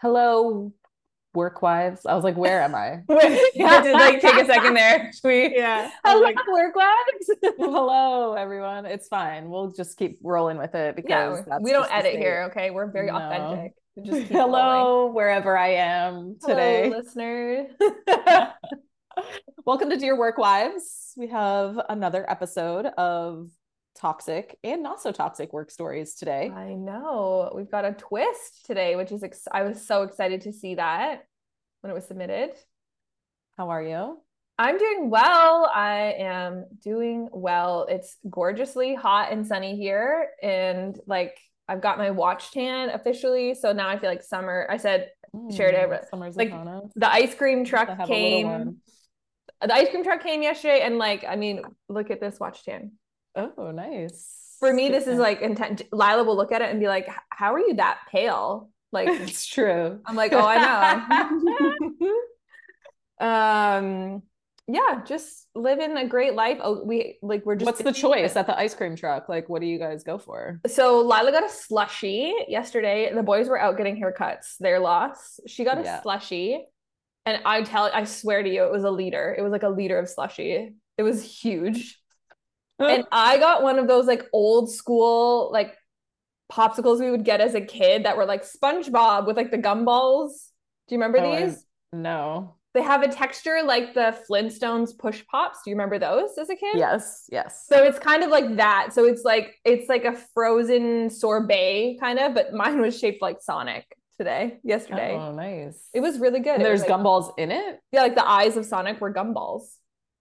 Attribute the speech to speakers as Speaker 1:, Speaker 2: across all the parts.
Speaker 1: hello, work wives. I was like, where am I?
Speaker 2: yeah, just like take a second there. Should we?
Speaker 3: Yeah.
Speaker 1: hello,
Speaker 3: Like,
Speaker 1: work wives. hello, everyone. It's fine. We'll just keep rolling with it because
Speaker 2: Yeah,
Speaker 1: that's
Speaker 2: we don't
Speaker 1: just the
Speaker 2: edit
Speaker 1: state.
Speaker 2: here. Okay, we're very
Speaker 1: No.
Speaker 2: authentic. We Just keep rolling.
Speaker 1: Hello, wherever I am
Speaker 2: Hello,
Speaker 1: today.
Speaker 2: listener.
Speaker 1: Welcome to Dear Work Wives. We have another episode of toxic and not so toxic work stories today.
Speaker 2: I know we've got a twist today, which is ex- I was so excited to see that when it was submitted.
Speaker 1: How are you?
Speaker 2: I'm doing well. I am doing well. It's gorgeously hot and sunny here. And like, I've got my watch tan officially. So now I feel like summer. I said Shared
Speaker 1: Mm,
Speaker 2: it,
Speaker 1: Summer's
Speaker 2: like,
Speaker 1: upon us.
Speaker 2: the ice cream
Speaker 1: I
Speaker 2: truck
Speaker 1: have a little
Speaker 2: came.
Speaker 1: one.
Speaker 2: The ice cream truck came yesterday. And like, I mean, look at this watch tan.
Speaker 1: Oh, nice.
Speaker 2: For me, this is
Speaker 1: Goodness.
Speaker 2: like intent. Lila will look at it and be like, "H- how are you that pale? Like,
Speaker 1: it's true.
Speaker 2: I'm like, oh, I know. um, yeah, just living a great life. Oh, we like we're just
Speaker 1: What's the
Speaker 2: busy.
Speaker 1: choice at the ice cream truck? Like, what do you guys go for?
Speaker 2: So Lila got a slushie yesterday. The boys were out getting haircuts, their loss. She got a
Speaker 1: Yeah.
Speaker 2: slushie. And I tell I swear to you, it was a liter. It was like a liter of slushie. It was huge. and I got one of those like old school like popsicles we would get as a kid that were like SpongeBob with like the gumballs. Do you remember
Speaker 1: Oh, I-
Speaker 2: these?
Speaker 1: no.
Speaker 2: They have a texture like the Flintstones push pops. Do you remember those as a kid?
Speaker 1: Yes. Yes.
Speaker 2: So it's kind of like that. So it's like it's like a frozen sorbet kind of, but mine was shaped like Sonic today, yesterday.
Speaker 1: Oh, nice.
Speaker 2: It was really good.
Speaker 1: And
Speaker 2: It was
Speaker 1: there's
Speaker 2: like-
Speaker 1: gumballs in it.
Speaker 2: Yeah, like the eyes of Sonic were gumballs.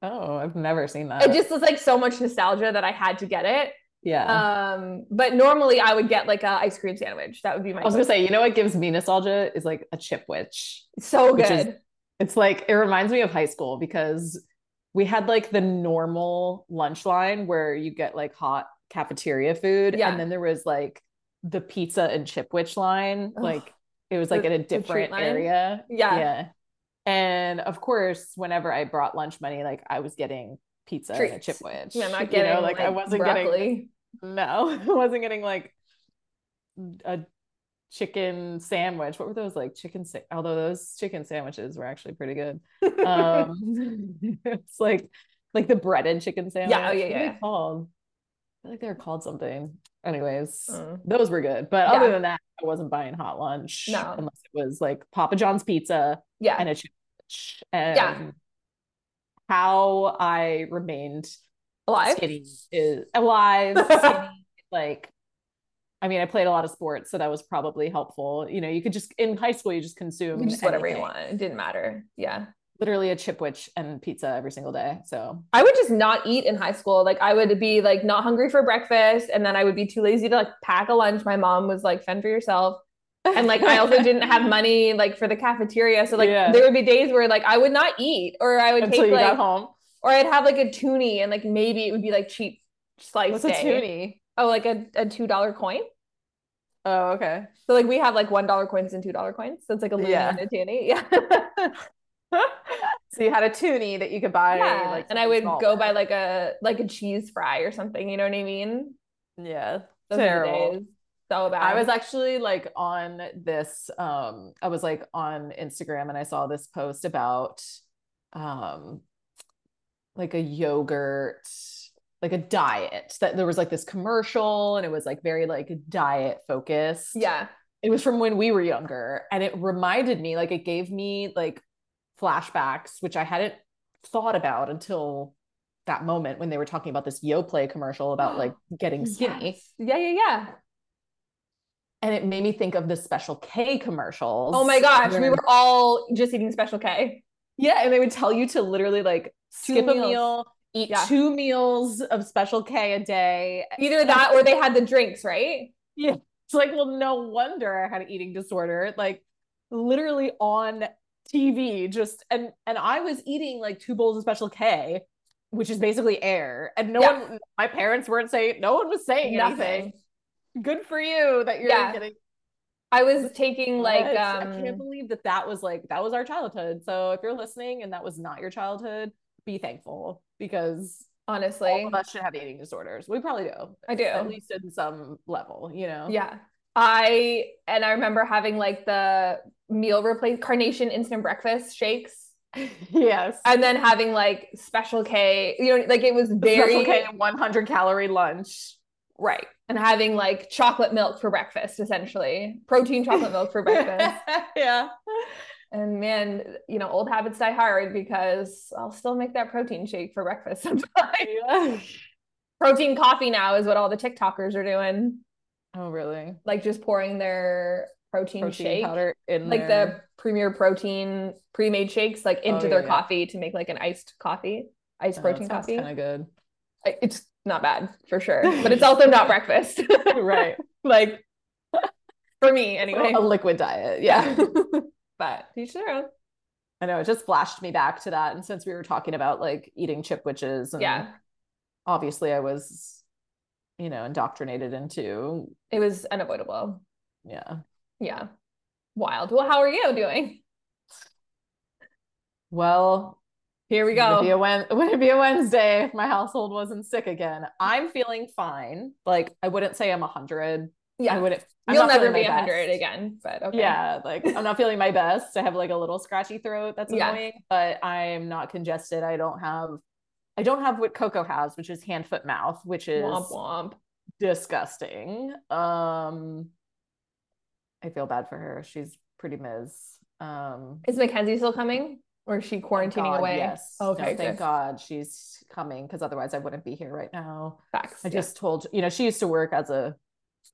Speaker 1: Oh, I've never seen that.
Speaker 2: It just was like so much nostalgia that I had to get it.
Speaker 1: yeah.
Speaker 2: Um, but normally I would get like a ice cream sandwich. That would be my
Speaker 1: I was gonna say, you know what gives me nostalgia is like a chip witch.
Speaker 2: so
Speaker 1: which
Speaker 2: good.
Speaker 1: is- It's like it reminds me of high school because we had like the normal lunch line where you get like hot cafeteria food,
Speaker 2: Yeah.
Speaker 1: and then there was like the pizza and chip witch line.
Speaker 2: Ugh.
Speaker 1: Like it was like
Speaker 2: The-
Speaker 1: in a
Speaker 2: treat
Speaker 1: different
Speaker 2: line?
Speaker 1: area.
Speaker 2: yeah.
Speaker 1: Yeah. And of course, whenever I brought lunch money, like I was getting pizza and a chip
Speaker 2: Treats.
Speaker 1: witch.
Speaker 2: Yeah, I'm not
Speaker 1: you
Speaker 2: getting
Speaker 1: know, like, I wasn't getting
Speaker 2: broccoli.
Speaker 1: no, I wasn't getting like a chicken sandwich. What were those like chicken sa- although those chicken sandwiches were actually pretty good. Um it's like like the breaded chicken sandwich.
Speaker 2: yeah,
Speaker 1: What are they
Speaker 2: yeah.
Speaker 1: called? I feel like they were called something. Anyways,
Speaker 2: Mm.
Speaker 1: those were good. But
Speaker 2: Yeah.
Speaker 1: other than that, I wasn't buying hot lunch
Speaker 2: No.
Speaker 1: unless it was like Papa John's pizza
Speaker 2: yeah.
Speaker 1: and a chicken sandwich. And um, how I remained
Speaker 2: Alive.
Speaker 1: skinny is alive. skinny, like, I mean, I played a lot of sports, so that was probably helpful. You know, you could just in high school you just consume
Speaker 2: Just whatever you
Speaker 1: anything.
Speaker 2: want. It didn't matter. Yeah.
Speaker 1: Literally a chipwich and pizza every single day. So
Speaker 2: I would just not eat in high school. Like I would be like not hungry for breakfast, and then I would be too lazy to like pack a lunch. My mom was like, "Fend for yourself," and like I also didn't have money like for the cafeteria. So like
Speaker 1: Yeah.
Speaker 2: there would be days where like I would not eat, or I would
Speaker 1: until
Speaker 2: take
Speaker 1: you got
Speaker 2: like,
Speaker 1: home.
Speaker 2: or I'd have like a toonie, and like maybe it would be like cheap slice
Speaker 1: What's a
Speaker 2: day.
Speaker 1: toonie?
Speaker 2: Oh, like a, a two dollar coin.
Speaker 1: Oh, okay.
Speaker 2: So like we have like one dollar coins and two dollar coins. So it's like a loony
Speaker 1: Yeah.
Speaker 2: and a toonie. Yeah.
Speaker 1: so you had a toonie that you could buy,
Speaker 2: Yeah.
Speaker 1: like,
Speaker 2: and I
Speaker 1: something
Speaker 2: would go
Speaker 1: smaller.
Speaker 2: buy like a like a cheese fry or something. You know what I mean?
Speaker 1: yeah,
Speaker 2: Those Terrible. days. So bad.
Speaker 1: I was actually like on this um I was like on Instagram and I saw this post about um like a yogurt like a diet that there was like this commercial and it was like very like diet focused.
Speaker 2: yeah.
Speaker 1: It was from when we were younger and it reminded me like it gave me like flashbacks which I hadn't thought about until that moment when they were talking about this YoPlay commercial about like getting skinny
Speaker 2: Yes. Yeah, yeah, yeah.
Speaker 1: and it made me think of the Special K commercials.
Speaker 2: Oh my gosh, we
Speaker 1: where-
Speaker 2: were all just eating Special K.
Speaker 1: yeah, and they would tell you to literally like
Speaker 2: Two
Speaker 1: skip a
Speaker 2: meals.
Speaker 1: meal, eat
Speaker 2: Yeah.
Speaker 1: two meals of Special K a day.
Speaker 2: Either that or they had the drinks, right?
Speaker 1: It's like, well, no wonder I had an eating disorder. Like literally on TV, just and and I was eating like two bowls of Special K, which is basically air, and no
Speaker 2: Yeah.
Speaker 1: one, my parents weren't saying, no one was saying anything.
Speaker 2: Nothing.
Speaker 1: Good for you that you're
Speaker 2: Yeah.
Speaker 1: getting
Speaker 2: I was taking like
Speaker 1: Yes,
Speaker 2: um
Speaker 1: I can't believe that that was like that was our childhood. So if you're listening and that was not your childhood, be thankful because all
Speaker 2: honestly.
Speaker 1: of us should have eating disorders. We probably do.
Speaker 2: I do.
Speaker 1: at Oh. least in some level, you know.
Speaker 2: Yeah. I and I remember having like the meal replace carnation instant breakfast shakes
Speaker 1: yes.
Speaker 2: and then having like special K, you know, like it was
Speaker 1: Special
Speaker 2: very
Speaker 1: K 100 calorie lunch.
Speaker 2: right. And having like chocolate milk for breakfast, essentially protein chocolate milk for breakfast.
Speaker 1: yeah.
Speaker 2: And man, you know, old habits die hard because I'll still make that protein shake for breakfast sometimes. protein coffee now is what all the TikTokers are doing,
Speaker 1: Oh, really?
Speaker 2: like just pouring their protein,
Speaker 1: Protein
Speaker 2: shake,
Speaker 1: powder in
Speaker 2: like the premier protein pre-made shakes, like into
Speaker 1: Oh, yeah,
Speaker 2: their
Speaker 1: yeah.
Speaker 2: coffee to make like an iced coffee, iced protein coffee.
Speaker 1: Kind of good.
Speaker 2: I- it's not bad for sure, but it's also not breakfast.
Speaker 1: right.
Speaker 2: like for me anyway.
Speaker 1: A liquid diet. Yeah.
Speaker 2: But you should.
Speaker 1: I know it just flashed me back to that. And since we were talking about like eating chipwiches, and
Speaker 2: Yeah.
Speaker 1: obviously I was, you know, indoctrinated into,
Speaker 2: It was unavoidable.
Speaker 1: yeah.
Speaker 2: Yeah. Wild. Well, how are you doing?
Speaker 1: Well,
Speaker 2: Here we
Speaker 1: Would it, be a
Speaker 2: go.
Speaker 1: Wen- would it be a Wednesday if my household wasn't sick again? I'm feeling fine. Like I wouldn't say I'm a hundred. I
Speaker 2: Yeah.
Speaker 1: wouldn't. I'm
Speaker 2: You'll
Speaker 1: not
Speaker 2: never
Speaker 1: feeling
Speaker 2: be
Speaker 1: my
Speaker 2: hundred
Speaker 1: best.
Speaker 2: again, but okay.
Speaker 1: Yeah, like I'm not feeling my best. I have like a little scratchy throat that's
Speaker 2: Yeah.
Speaker 1: annoying, but I'm not congested. I don't have, I don't have what Coco has, which is hand foot mouth, which is
Speaker 2: Womp womp.
Speaker 1: disgusting. Um, I feel bad for her. She's pretty Miz. Um,
Speaker 2: Is Mackenzie still coming? Or is she
Speaker 1: thank
Speaker 2: quarantining
Speaker 1: God,
Speaker 2: away? Oh,
Speaker 1: Yes.
Speaker 2: Okay,
Speaker 1: No, thank
Speaker 2: good.
Speaker 1: God she's coming because otherwise I wouldn't be here right now.
Speaker 2: Facts.
Speaker 1: I
Speaker 2: Yeah.
Speaker 1: just told you know she used to work as a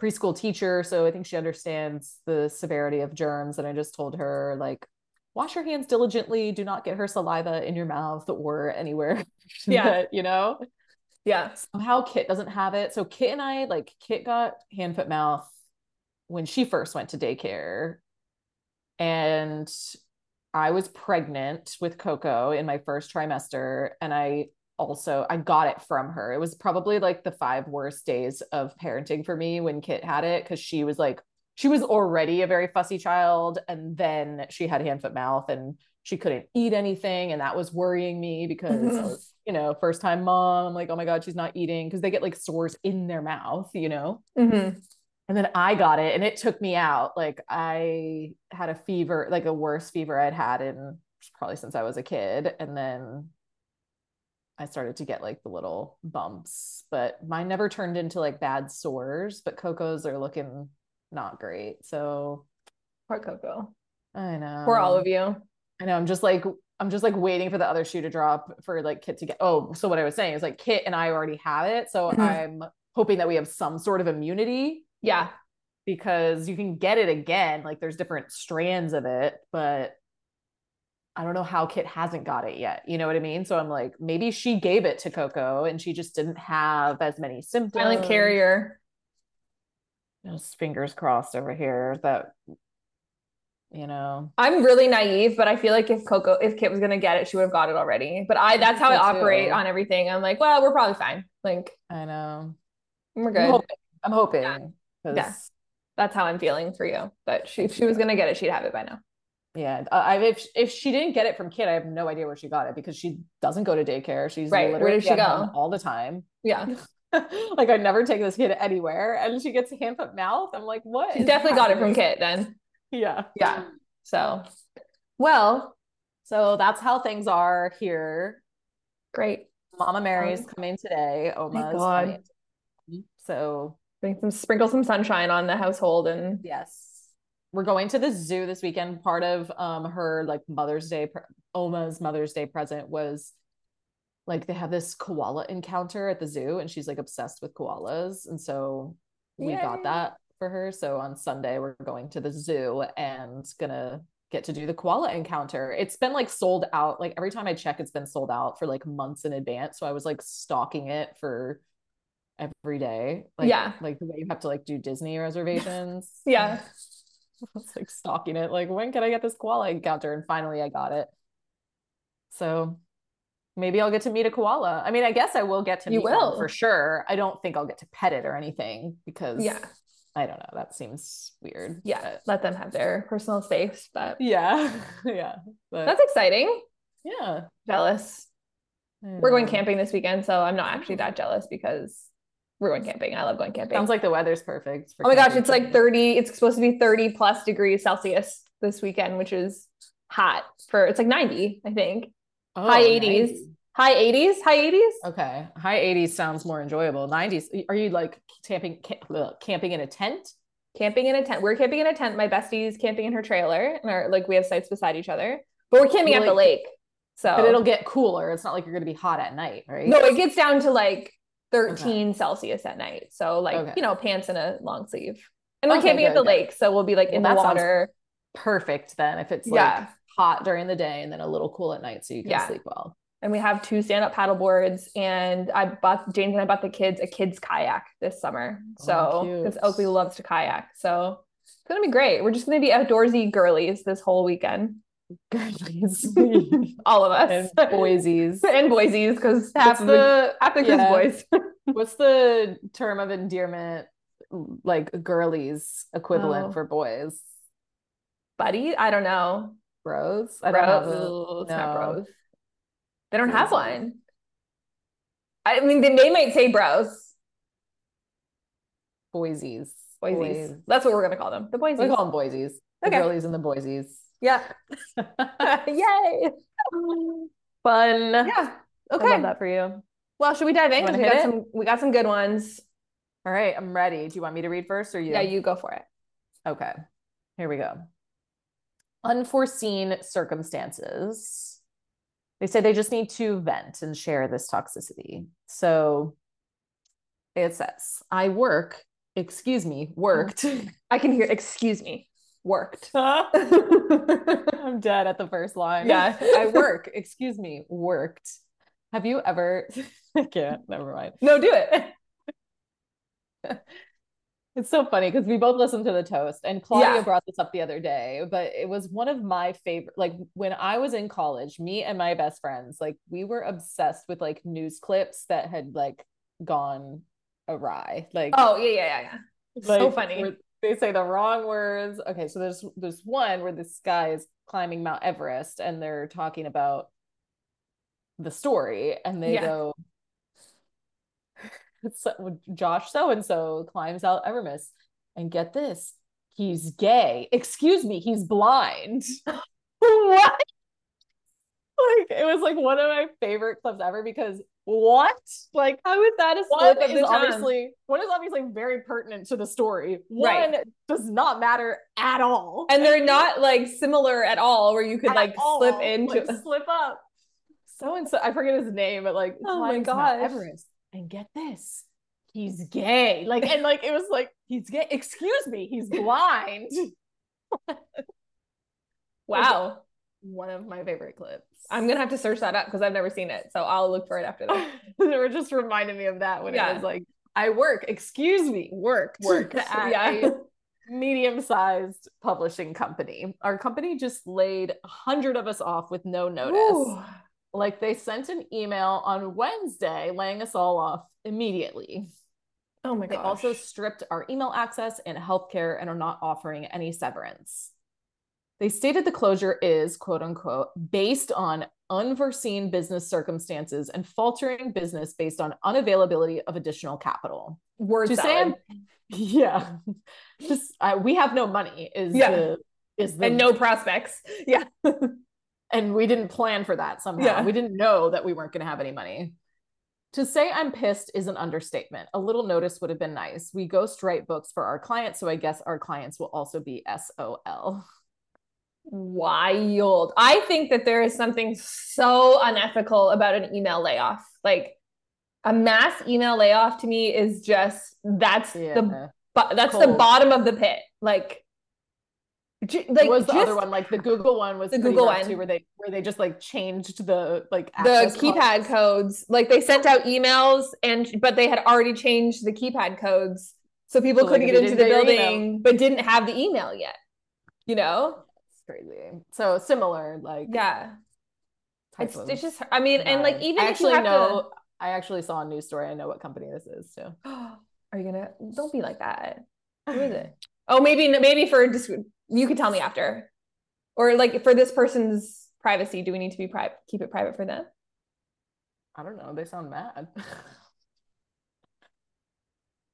Speaker 1: preschool teacher, so I think she understands the severity of germs. And I just told her like, wash your hands diligently. Do not get her saliva in your mouth or anywhere.
Speaker 2: Yeah.
Speaker 1: that, you know
Speaker 2: yeah.
Speaker 1: somehow Kit doesn't have it. So Kit and I, like Kit got hand foot mouth when she first went to daycare. And I was pregnant with Coco in my first trimester. And I also I got it from her. It was probably like the five worst days of parenting for me when Kit had it because she was like she was already a very fussy child and then she had hand foot mouth and she couldn't eat anything and that was worrying me because I was, you know first time mom I'm like oh my god she's not eating because they get like sores in their mouth you know
Speaker 2: Mhm.
Speaker 1: and then I got it and it took me out like I had a fever like a worse fever I'd had in probably since I was a kid and then I started to get like the little bumps but mine never turned into like bad sores but Coco's are looking not great so
Speaker 2: Poor Coco.
Speaker 1: I know.
Speaker 2: Poor all of you.
Speaker 1: I know. I'm just like I'm just like waiting for the other shoe to drop for like Kit to get. Oh, so what I was saying is like Kit and I already have it, so
Speaker 2: Mhm.
Speaker 1: I'm hoping that we have some sort of immunity
Speaker 2: Yeah.
Speaker 1: because you can get it again. Like there's different strands of it, but I don't know how Kit hasn't got it yet. You know what I mean? So I'm like, maybe she gave it to Coco and she just didn't have as many symptoms.
Speaker 2: Silent carrier.
Speaker 1: Just fingers crossed over here that you know.
Speaker 2: I'm really naive, but I feel like if Coco, if Kit was gonna get it, she would have got it already. But I, that's how
Speaker 1: Me
Speaker 2: I
Speaker 1: too.
Speaker 2: operate on everything. I'm like, well, we're probably fine. Like,
Speaker 1: I know.
Speaker 2: we're
Speaker 1: I'm
Speaker 2: good.
Speaker 1: hoping. I'm hoping.
Speaker 2: Yeah.
Speaker 1: 'cause-
Speaker 2: Yeah. That's how I'm feeling for you. But she, if she was gonna get it, she'd have it by now.
Speaker 1: Yeah, I, I- if if she didn't get it from Kit, I have no idea where she got it because she doesn't go to daycare. She's
Speaker 2: Right, where
Speaker 1: literally
Speaker 2: does she
Speaker 1: at home
Speaker 2: go?
Speaker 1: all the time.
Speaker 2: Yeah,
Speaker 1: like I never take this kid anywhere, and she gets hand foot mouth. I'm like, what?
Speaker 2: she
Speaker 1: is
Speaker 2: definitely got it from
Speaker 1: happening?
Speaker 2: Kit then.
Speaker 1: Yeah,
Speaker 2: Yeah. So, well,
Speaker 1: So that's how things are here.
Speaker 2: great.
Speaker 1: Mama Mary's
Speaker 2: Um,
Speaker 1: coming today. Oma's
Speaker 2: God.
Speaker 1: coming today. So
Speaker 2: Make some sprinkle some sunshine on the household and
Speaker 1: yes, we're going to the zoo this weekend. Part of um her like Mother's Day, pre- Oma's Mother's Day present was like they have this koala encounter at the zoo and she's like obsessed with koalas and so we
Speaker 2: Yay.
Speaker 1: got that for her so on sunday we're going to the zoo and gonna get to do the koala encounter it's been like sold out like every time i check it's been sold out for like months in advance so i was like stalking it for every day like
Speaker 2: Yeah.
Speaker 1: like the way you have to like do disney reservations
Speaker 2: yeah,
Speaker 1: was like stalking it, like, when can I get this koala encounter? And finally I got it. So maybe I'll get to meet a koala. I mean, I guess I will get to
Speaker 2: You
Speaker 1: meet one
Speaker 2: will.
Speaker 1: for sure. I don't think I'll get to pet it or anything because
Speaker 2: yeah,
Speaker 1: I don't know. That seems weird.
Speaker 2: yeah.
Speaker 1: but-
Speaker 2: Let them have their personal space, but
Speaker 1: yeah. yeah. But
Speaker 2: that's exciting.
Speaker 1: yeah.
Speaker 2: Jealous. We're going
Speaker 1: camping.
Speaker 2: camping this weekend, so I'm not
Speaker 1: Oh.
Speaker 2: actually that jealous because we're going camping. I love going camping.
Speaker 1: Sounds like the weather's perfect. For
Speaker 2: oh my gosh,
Speaker 1: camping.
Speaker 2: it's like 30, it's supposed to be 30 plus degrees Celsius. this weekend, which is hot for it's like 90, I think.
Speaker 1: Oh,
Speaker 2: High 80s.
Speaker 1: 90s.
Speaker 2: High 80s, high 80s.
Speaker 1: Okay, high 80s sounds more enjoyable. 90s, are you like camping ca- ugh, camping in a tent?
Speaker 2: Camping in a tent. We're camping in a tent. My bestie's camping in her trailer, and our like we have sites beside each other, but we're camping at the
Speaker 1: Like-
Speaker 2: lake. So
Speaker 1: But it'll get cooler. It's not like you're going to be hot at night, right?
Speaker 2: Oh. no, it gets down to like 13 Celsius at night. So like
Speaker 1: Okay.
Speaker 2: you know, pants and a long sleeve. And we're
Speaker 1: Okay,
Speaker 2: camping at
Speaker 1: good,
Speaker 2: the
Speaker 1: good.
Speaker 2: lake, so we'll be like
Speaker 1: Well,
Speaker 2: in the
Speaker 1: that sounds
Speaker 2: water.
Speaker 1: perfect then if it's like
Speaker 2: yeah,
Speaker 1: hot during the day and then a little cool at night so you can
Speaker 2: Yeah.
Speaker 1: sleep well.
Speaker 2: and we have two stand-up paddle boards. And I bought James and I bought the kids a kids kayak this summer.
Speaker 1: Oh,
Speaker 2: So
Speaker 1: cute.
Speaker 2: because Oakley loves to kayak, so it's gonna be great. We're just gonna be outdoorsy girlies this whole weekend,
Speaker 1: Girlies
Speaker 2: all of us.
Speaker 1: and Boise's.
Speaker 2: and Boise's because half
Speaker 1: What's
Speaker 2: of the half the kids
Speaker 1: yeah.
Speaker 2: boys.
Speaker 1: What's the term of endearment like girlies equivalent
Speaker 2: Oh.
Speaker 1: for boys?
Speaker 2: Buddy, I don't know.
Speaker 1: Bros? I
Speaker 2: Bros,
Speaker 1: don't have a-
Speaker 2: it's
Speaker 1: no.
Speaker 2: not bros. They don't have
Speaker 1: Bros.
Speaker 2: one. I mean, they, they might say bros,
Speaker 1: Boise's.
Speaker 2: Boise's.
Speaker 1: Boys.
Speaker 2: That's what we're gonna call them, the Boise's.
Speaker 1: We call them Boise's. The
Speaker 2: Okay.
Speaker 1: girlies and the Boise's.
Speaker 2: yeah, yay!
Speaker 1: Fun.
Speaker 2: Yeah, okay.
Speaker 1: I love that for you.
Speaker 2: Well, should we dive in?
Speaker 1: Wanna
Speaker 2: 'Cause We
Speaker 1: hit
Speaker 2: got
Speaker 1: it?
Speaker 2: some. We got some good ones.
Speaker 1: All right, I'm ready. Do you want me to read first or you?
Speaker 2: Yeah, you go for it.
Speaker 1: Okay, here we go. Unforeseen circumstances. They say they just need to vent and share this toxicity. So it says, I work, excuse me, worked.
Speaker 2: I can hear. Excuse me. Worked.
Speaker 1: I'm dead at the first line.
Speaker 2: Yeah.
Speaker 1: I work, excuse me, worked. Have you ever, I can't, never mind.
Speaker 2: No, do it.
Speaker 1: It's so funny because we both listened to the toast and Claudia
Speaker 2: Yeah.
Speaker 1: brought this up the other day, but it was one of my favorite. Like when I was in college, me and my best friends, like we were obsessed with like news clips that had like gone awry. Like,
Speaker 2: Oh yeah, yeah, yeah, yeah. It's so
Speaker 1: like,
Speaker 2: funny.
Speaker 1: where They say the wrong words. Okay, so there's there's one where this guy is climbing Mount Everest and they're talking about the story and they
Speaker 2: Yeah.
Speaker 1: go so, Josh so and so climbs out Everest and get this he's gay excuse me he's blind
Speaker 2: what?
Speaker 1: like it was like one of my favorite clips ever because what like
Speaker 2: How is that a
Speaker 1: one
Speaker 2: slip of the
Speaker 1: is
Speaker 2: tongue?
Speaker 1: obviously one is obviously very pertinent to the story
Speaker 2: Right.
Speaker 1: one does not matter at all
Speaker 2: and they're not like similar at all where you could
Speaker 1: At
Speaker 2: like slip
Speaker 1: all,
Speaker 2: into
Speaker 1: like, slip up so and so i forget his name but like
Speaker 2: Oh my
Speaker 1: climbs Mount
Speaker 2: gosh.
Speaker 1: everest and get this he's gay like and like it was like he's gay excuse me he's blind
Speaker 2: wow
Speaker 1: one of my favorite clips
Speaker 2: i'm gonna have to search that up because i've never seen it so i'll look for it after this
Speaker 1: it just reminded me of that when
Speaker 2: Yeah.
Speaker 1: it was like i work excuse me work
Speaker 2: work
Speaker 1: at
Speaker 2: yeah
Speaker 1: a medium sized publishing company. Our company just laid 100 of us off with no notice.
Speaker 2: Ooh.
Speaker 1: Like they sent an email on Wednesday laying us all off immediately.
Speaker 2: oh my
Speaker 1: They
Speaker 2: god
Speaker 1: also stripped our email access and healthcare and are not offering any severance. They stated the closure is, quote unquote, based on unforeseen business circumstances and faltering business based on unavailability of additional capital
Speaker 2: word
Speaker 1: to say
Speaker 2: salad.
Speaker 1: I'm- yeah just uh, we have no money is
Speaker 2: Yeah.
Speaker 1: the is the
Speaker 2: and no prospects yeah
Speaker 1: and we didn't plan for that somehow
Speaker 2: Yeah.
Speaker 1: we didn't know that we weren't going to have any money to say i'm pissed is an understatement a little notice would have been nice we ghost write books for our clients so i guess our clients will also be sol
Speaker 2: wild i think that there is something so unethical about an email layoff like a mass email layoff to me is just that's the but that's the
Speaker 1: Cold.
Speaker 2: bottom of the pit. Like, j- like
Speaker 1: was the
Speaker 2: just
Speaker 1: other one like the google one was
Speaker 2: The
Speaker 1: pretty
Speaker 2: Google
Speaker 1: rough,
Speaker 2: one.
Speaker 1: too, where they where they just like changed the like
Speaker 2: the
Speaker 1: access
Speaker 2: keypad
Speaker 1: cards.
Speaker 2: codes. Like they sent out emails and but they had already changed the keypad codes, so people
Speaker 1: So, like,
Speaker 2: couldn't
Speaker 1: if
Speaker 2: get
Speaker 1: you
Speaker 2: into the
Speaker 1: didn't get your
Speaker 2: building, but didn't have the email yet. You know?
Speaker 1: it's crazy so similar like
Speaker 2: Yeah.
Speaker 1: type
Speaker 2: It's
Speaker 1: of-
Speaker 2: it's just. I mean, and like
Speaker 1: Right.
Speaker 2: even
Speaker 1: I
Speaker 2: if you
Speaker 1: actually
Speaker 2: have
Speaker 1: know I actually saw a news story. I know what company this is too.
Speaker 2: To, are you gonna? Don't be like that. Who is it? Oh, maybe maybe for just you could tell me after, or like for this person's privacy, do we need to be private? Keep it private for them.
Speaker 1: I don't know. They sound mad.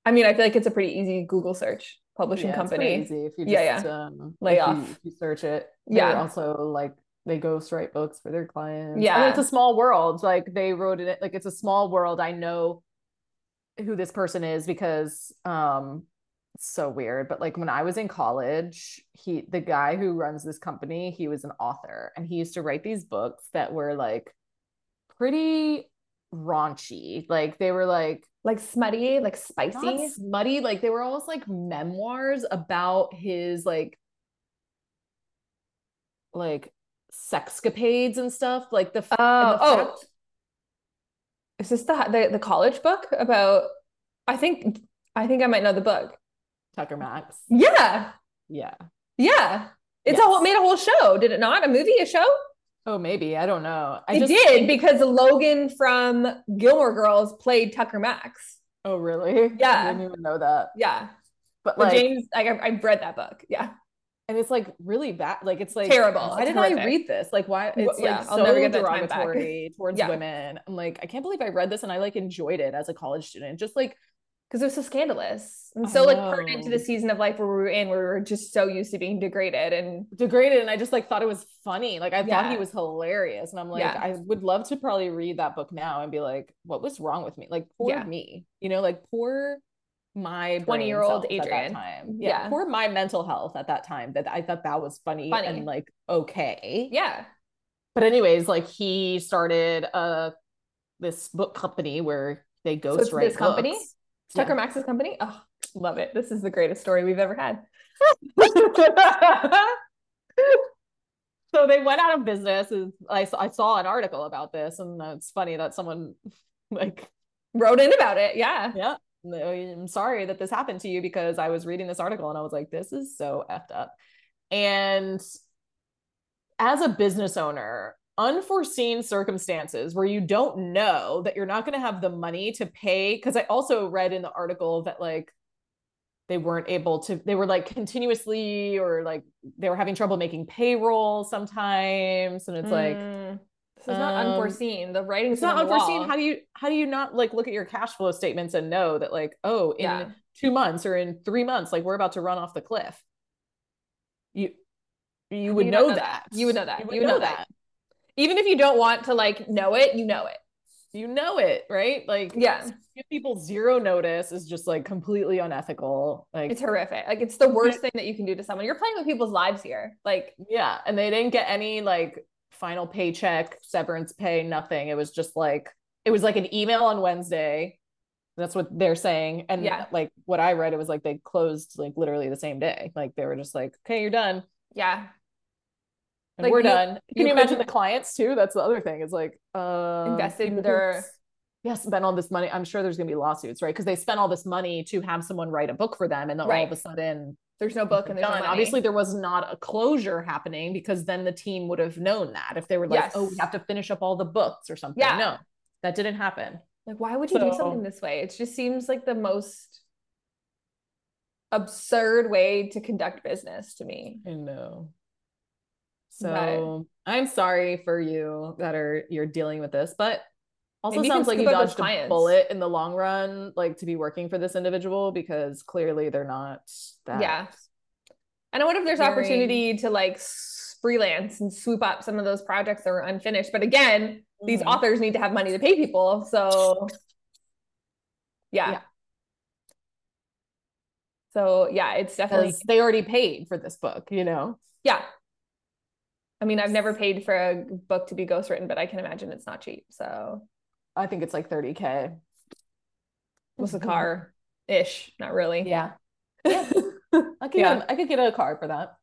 Speaker 2: I mean, I feel like it's a pretty easy Google search publishing
Speaker 1: Yeah, it's pretty
Speaker 2: company.
Speaker 1: easy if you just
Speaker 2: Yeah,
Speaker 1: um
Speaker 2: Lay
Speaker 1: if you-
Speaker 2: off.
Speaker 1: if you search it.
Speaker 2: Yeah.
Speaker 1: They're also like they ghostwrite books for their clients. And
Speaker 2: Yeah.
Speaker 1: it's a small world. Like they wrote it like it's a small world. I know who this person is because um it's so weird. But like when I was in college, he the guy who runs this company, he was an author and he used to write these books that were like pretty raunchy. Like they were like
Speaker 2: Like smutty, like
Speaker 1: not
Speaker 2: spicy.
Speaker 1: smutty like they were almost like memoirs about his like like sexcapades and stuff like the f- and
Speaker 2: Oh,
Speaker 1: the
Speaker 2: oh.
Speaker 1: fact-
Speaker 2: Is this the, the the college book about? I think I think I might know the book.
Speaker 1: Tucker Max
Speaker 2: Yeah,
Speaker 1: yeah
Speaker 2: yeah. It's a
Speaker 1: Yes.
Speaker 2: whole made a whole show, did it not? A movie, a show?
Speaker 1: oh maybe I don't know I
Speaker 2: it
Speaker 1: just
Speaker 2: did
Speaker 1: think-
Speaker 2: because Logan from Gilmore Girls played Tucker Max.
Speaker 1: oh really
Speaker 2: Yeah.
Speaker 1: I didn't even know that
Speaker 2: Yeah,
Speaker 1: but
Speaker 2: Or
Speaker 1: like
Speaker 2: James. Like I, I've read that book. Yeah,
Speaker 1: and it's like really bad like it's like
Speaker 2: Terrible.
Speaker 1: why
Speaker 2: It's
Speaker 1: did I
Speaker 2: horrific.
Speaker 1: read this like why
Speaker 2: Wha-
Speaker 1: it's
Speaker 2: yeah,
Speaker 1: like
Speaker 2: I'll
Speaker 1: so
Speaker 2: never get that time back.
Speaker 1: derogatory towards
Speaker 2: Yeah.
Speaker 1: women I'm like I can't believe I read this and I like enjoyed it as a college student just like
Speaker 2: because it was so scandalous and
Speaker 1: I
Speaker 2: so like pertinent to
Speaker 1: know.
Speaker 2: the season of life where we were in, where we were just so used to being degraded and
Speaker 1: degraded and I just like thought it was funny. Like I thought he
Speaker 2: Yeah.
Speaker 1: was hilarious. And I'm like,
Speaker 2: Yeah.
Speaker 1: I would love to probably read that book now and be like, what was wrong with me? Like poor
Speaker 2: Yeah.
Speaker 1: me. You know, like poor my
Speaker 2: 20-year-old
Speaker 1: brain cells at that
Speaker 2: Adrian.
Speaker 1: time. Yeah,
Speaker 2: Yeah.
Speaker 1: Poor my mental health at that time that I thought that was funny,
Speaker 2: Funny.
Speaker 1: and like okay.
Speaker 2: yeah,
Speaker 1: But anyways, like he started uh this book company where they
Speaker 2: So
Speaker 1: ghostwrite
Speaker 2: it's this company?
Speaker 1: books.
Speaker 2: It's Tucker
Speaker 1: Yeah.
Speaker 2: Max's company. Oh, love it. This is the greatest story we've ever had.
Speaker 1: so they went out of business and I saw, I saw an article about this and it's funny that someone like
Speaker 2: Wrote in about it. Yeah.
Speaker 1: yeah i'm sorry that this happened to you because i was reading this article and i was like this is so effed up and as a business owner unforeseen circumstances where you don't know that you're not going to have the money to pay because i also read in the article that like they weren't able to they were like continuously or like they were having trouble making payroll sometimes and it's like
Speaker 2: Mm. this is not
Speaker 1: um,
Speaker 2: unforeseen. The writing
Speaker 1: it's not unforeseen how do you how do you not like look at your cash flow statements and know that like oh in
Speaker 2: Yeah.
Speaker 1: two months or in three months like we're about to run off the cliff you you would
Speaker 2: You don't
Speaker 1: know,
Speaker 2: know
Speaker 1: that.
Speaker 2: that. You would know that.
Speaker 1: you would know, that.
Speaker 2: Even if you don't want to like know it, you know it.
Speaker 1: you know it right like
Speaker 2: Yeah.
Speaker 1: so give people zero notice is just like completely unethical like
Speaker 2: It's horrific. Like it's the worst thing that you can do to someone. You're playing with people's lives here. Like
Speaker 1: yeah and they didn't get any like final paycheck severance pay nothing it was just like it was like an email on wednesday that's what they're saying and
Speaker 2: Yeah.
Speaker 1: like what i read it was like they closed like literally the same day like they were just like okay you're done
Speaker 2: yeah.
Speaker 1: and
Speaker 2: Like,
Speaker 1: we're
Speaker 2: you-
Speaker 1: done can you
Speaker 2: you
Speaker 1: imagine the
Speaker 2: couldn't-
Speaker 1: clients too that's the other thing it's like uh
Speaker 2: Invested their-
Speaker 1: yes spent all this money i'm sure there's gonna be lawsuits right because they spent all this money to have someone write a book for them and then all of
Speaker 2: Right.
Speaker 1: a sudden
Speaker 2: There's no book and there's
Speaker 1: done.
Speaker 2: no money.
Speaker 1: Obviously, there was not a closure happening because then the team would have known that if they were like,
Speaker 2: Yes.
Speaker 1: "Oh, we have to finish up all the books or something."
Speaker 2: Yeah.
Speaker 1: No, that didn't happen.
Speaker 2: Like, why would you do something
Speaker 1: So-
Speaker 2: this way? It just seems like the most absurd way to conduct business to me.
Speaker 1: I know. So I'm sorry for you that are you're dealing with this, but also
Speaker 2: Maybe you can
Speaker 1: sounds like you
Speaker 2: scoop out those
Speaker 1: dodged a
Speaker 2: clients.
Speaker 1: bullet in the long run, like to be working for this individual because clearly they're not that.
Speaker 2: Yeah. And I wonder if there's
Speaker 1: Very-
Speaker 2: opportunity to like s- freelance and swoop up some of those projects that were unfinished. But again, these
Speaker 1: Mhm.
Speaker 2: authors need to have money to pay people. So yeah.
Speaker 1: Yeah.
Speaker 2: So yeah, it's definitely
Speaker 1: because they already paid for this book, you know.
Speaker 2: yeah. I mean, I've never paid for a book to be ghostwritten, but I can imagine it's not cheap. So
Speaker 1: I think it's like 30k.
Speaker 2: was a car ish, not really.
Speaker 1: Mm-hmm. Yeah. Yeah. I could
Speaker 2: Yeah.
Speaker 1: get, I could get a car for that.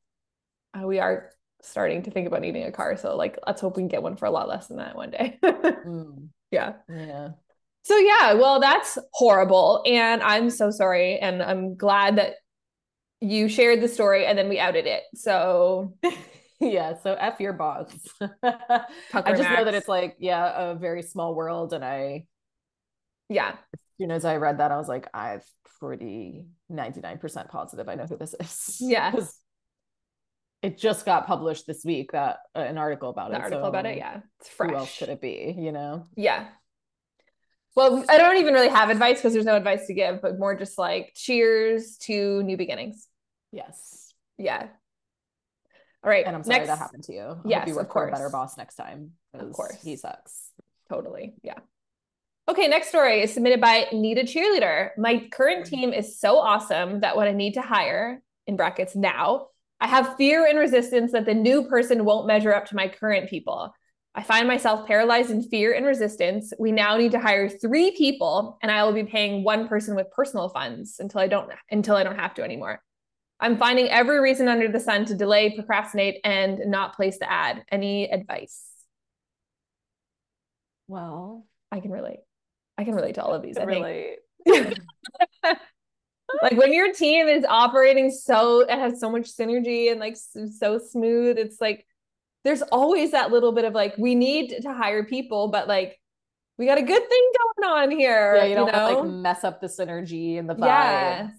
Speaker 2: Uh, we are starting to think about needing a car. So like let's hope we can get one for a lot less than that one day.
Speaker 1: Mm,
Speaker 2: yeah.
Speaker 1: yeah.
Speaker 2: So yeah, well, that's horrible. And I'm so sorry. And I'm glad that you shared the story and then we outed it. So
Speaker 1: Yeah. So F your boss. I just know that
Speaker 2: Max.
Speaker 1: it's like, yeah, a very small world. And I,
Speaker 2: yeah.
Speaker 1: as soon as I read that, I was like, I'm pretty 99% positive I know who this is.
Speaker 2: Yeah.
Speaker 1: 'Cause It just got published this week, that uh, an article about
Speaker 2: The
Speaker 1: it. um,
Speaker 2: article about it.
Speaker 1: so
Speaker 2: Yeah. It's
Speaker 1: Who else
Speaker 2: fresh.
Speaker 1: could it be? You know?
Speaker 2: Yeah. Well, I don't even really have advice because there's no advice to give, but more just like cheers to new beginnings.
Speaker 1: Yes.
Speaker 2: Yeah. All right.
Speaker 1: And I'm sorry
Speaker 2: next-
Speaker 1: that happened to you. I hope
Speaker 2: Yes,
Speaker 1: you
Speaker 2: of
Speaker 1: work for a better
Speaker 2: course.
Speaker 1: boss next time.
Speaker 2: Of
Speaker 1: 'cause
Speaker 2: course.
Speaker 1: He sucks.
Speaker 2: Totally. Yeah. Okay, next story is submitted by Need a Cheerleader. My current team is so awesome that what I need to hire, in brackets now, I have fear and resistance that the new person won't measure up to my current people. I find myself paralyzed in fear and resistance. We now need to hire three people, and I will be paying one person with personal funds until I don't until I don't have to anymore. I'm finding every reason under the sun to delay, procrastinate, and not place the ad. Any advice?
Speaker 1: Well,
Speaker 2: I can relate. I can relate to all of these. I think.
Speaker 1: really.
Speaker 2: like when your team is operating so it has so much synergy and like s- so smooth it's like there's always that little bit of like we need to hire people but like we got a good thing going on here
Speaker 1: Yeah, you
Speaker 2: you
Speaker 1: don't wanna,
Speaker 2: know
Speaker 1: like mess up the synergy and the vibe.
Speaker 2: yeah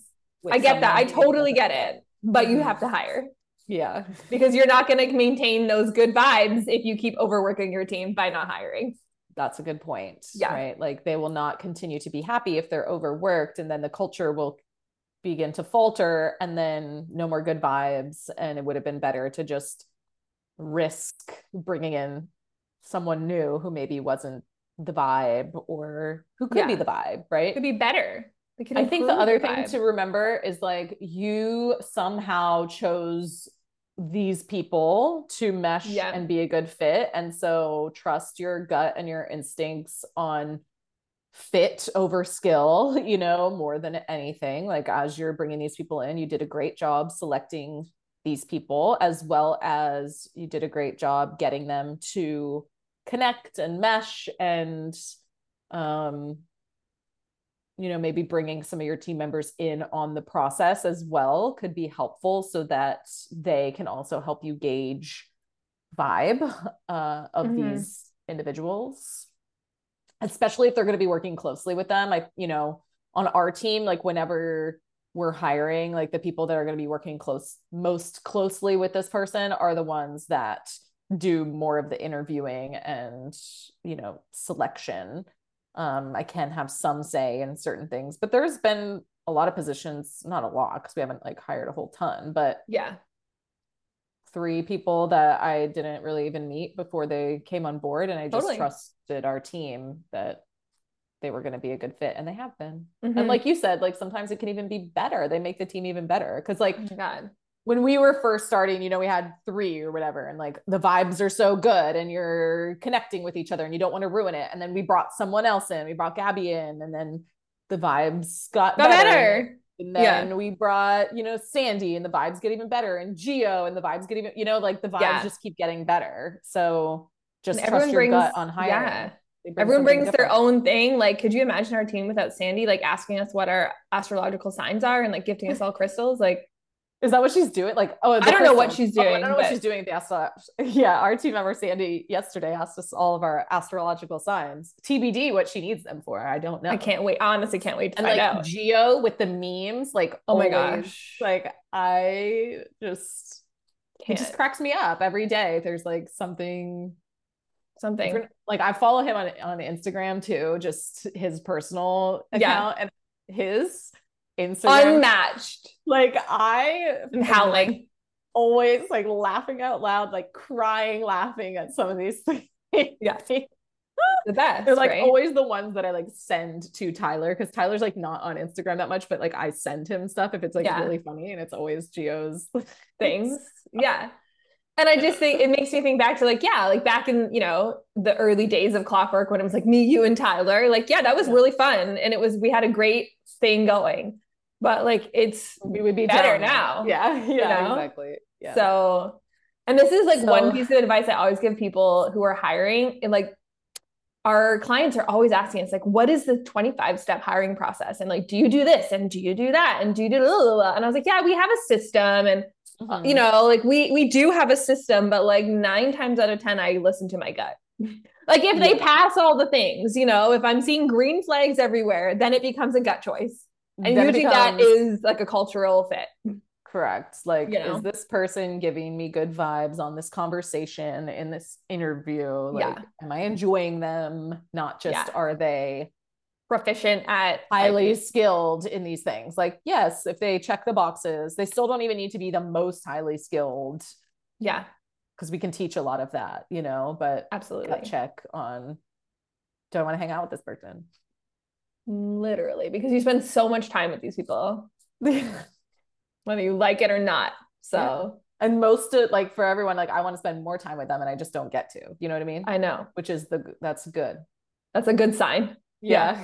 Speaker 1: with
Speaker 2: i get that
Speaker 1: someone
Speaker 2: i
Speaker 1: who doesn't
Speaker 2: totally
Speaker 1: know
Speaker 2: get it but you
Speaker 1: Mhm.
Speaker 2: have to hire
Speaker 1: Yeah.
Speaker 2: because you're not going to maintain those good vibes if you keep overworking your team by not hiring
Speaker 1: That's a good point.
Speaker 2: Yeah.
Speaker 1: Right. Like they will not continue to be happy if they're overworked and then the culture will begin to falter and then no more good vibes. And it would have been better to just risk bringing in someone new who maybe wasn't the vibe or who could be
Speaker 2: Yeah.
Speaker 1: the vibe. Right.
Speaker 2: it could be better They could
Speaker 1: I think the
Speaker 2: improve
Speaker 1: other
Speaker 2: vibe.
Speaker 1: thing to remember is like you somehow chose these people to mesh
Speaker 2: Yeah.
Speaker 1: and be a good fit. And so trust your gut and your instincts on fit over skill, you know, more than anything. Like as you're bringing these people in, you did a great job selecting these people as well as you did a great job getting them to connect and mesh and um you know maybe bringing some of your team members in on the process as well could be helpful so that they can also help you gauge vibe uh, of
Speaker 2: Mhm.
Speaker 1: these individuals especially if they're going to be working closely with them i you know on our team like whenever we're hiring like the people that are going to be working close most closely with this person are the ones that do more of the interviewing and you know selection um i can have some say in certain things but there's been a lot of positions not a lot because we haven't like hired a whole ton but
Speaker 2: yeah
Speaker 1: three people that i didn't really even meet before they came on board and i just
Speaker 2: Totally.
Speaker 1: trusted our team that they were going to be a good fit and they have been
Speaker 2: Mhm.
Speaker 1: and like you said like sometimes it can even be better they make the team even better because like
Speaker 2: oh my god
Speaker 1: when we were first starting, you know, we had three or whatever, and like the vibes are so good and you're connecting with each other and you don't want to ruin it. And then we brought someone else in, we brought Gabby in, and then the vibes got
Speaker 2: got
Speaker 1: better.
Speaker 2: better
Speaker 1: And
Speaker 2: Yeah.
Speaker 1: then we brought, you know, Sandy and the vibes get even better, and Geo and the vibes get even, you know, like the vibes
Speaker 2: Yeah.
Speaker 1: just keep getting better. So just
Speaker 2: And
Speaker 1: trust your gut on hiring.
Speaker 2: yeah.
Speaker 1: They bring
Speaker 2: Everyone
Speaker 1: something
Speaker 2: brings their
Speaker 1: different.
Speaker 2: own thing. Like, could you imagine our team without Sandy, like asking us what our astrological signs are and like gifting us all crystals? Like,
Speaker 1: Is that what she's doing? Like, oh, the
Speaker 2: I don't know what
Speaker 1: crystals.
Speaker 2: she's
Speaker 1: Oh, I
Speaker 2: doing,
Speaker 1: don't know
Speaker 2: but-
Speaker 1: what she's doing. They asked us- yeah, our team member Sandy yesterday asked us all of our astrological signs. TBD, what she needs them for. I don't know.
Speaker 2: I can't wait. Honestly, can't wait to
Speaker 1: And
Speaker 2: find
Speaker 1: like
Speaker 2: out.
Speaker 1: Geo with the memes, like
Speaker 2: Oh my
Speaker 1: always,
Speaker 2: gosh.
Speaker 1: like I just
Speaker 2: Can't.
Speaker 1: it just cracks me up every day. There's like something
Speaker 2: Something.
Speaker 1: different. Like I follow him on on Instagram too, just his personal
Speaker 2: Yeah.
Speaker 1: account and his Instagram.
Speaker 2: Unmatched.
Speaker 1: like I
Speaker 2: I'm howling.
Speaker 1: always like laughing out loud, like crying, laughing at some of these things.
Speaker 2: Yeah.
Speaker 1: They're
Speaker 2: The best.
Speaker 1: like
Speaker 2: right?
Speaker 1: always the ones that I like send to Tyler because Tyler's like not on Instagram that much, but like I send him stuff if it's like
Speaker 2: Yeah.
Speaker 1: really funny and it's always Geo's
Speaker 2: things. Yeah. And I just think it makes me think back to like, yeah, like back in, you know, the early days of Clockwork when it was like me, you, and Tyler. Like, yeah, that was
Speaker 1: Yeah.
Speaker 2: really fun. And it was, we had a great thing going. But like, it's
Speaker 1: We would be down
Speaker 2: Better
Speaker 1: there.
Speaker 2: now,
Speaker 1: Yeah. Yeah.
Speaker 2: know?
Speaker 1: Exactly. Yeah.
Speaker 2: So, and this is like
Speaker 1: So-
Speaker 2: one piece of advice I always give people who are hiring. And like our clients are always asking us, like, what is the 25 step hiring process? And like, do you do this? And do you do that? And do you do blah, blah, blah? And I was like, yeah, we have a system. And, uh,
Speaker 1: Mm-hmm. Mm.
Speaker 2: you know, like we, we do have a system, but like nine times out of 10, I listen to my gut. Like if they
Speaker 1: Yeah.
Speaker 2: pass all the things, you know, if I'm seeing green flags everywhere, then it becomes a gut choice. And
Speaker 1: Then it
Speaker 2: usually that
Speaker 1: becomes-
Speaker 2: is like a cultural fit.
Speaker 1: correct. Like,
Speaker 2: You know?
Speaker 1: is this person giving me good vibes on this conversation in this interview? Like,
Speaker 2: Yeah.
Speaker 1: am I enjoying them? Not just
Speaker 2: Yeah.
Speaker 1: are they
Speaker 2: proficient at
Speaker 1: highly skilled in these things. Like, yes, if they check the boxes, they still don't even need to be the most highly skilled
Speaker 2: yeah
Speaker 1: because we can teach a lot of that, you know, but
Speaker 2: absolutely
Speaker 1: gut check on do I want to hang out with this person?
Speaker 2: literally because you spend so much time with these people whether you like it or not so
Speaker 1: and most of like for everyone, like I want to spend more time with them and I just don't get to, you know what I mean?
Speaker 2: i know
Speaker 1: Which is the that's good.
Speaker 2: that's a good sign Yeah.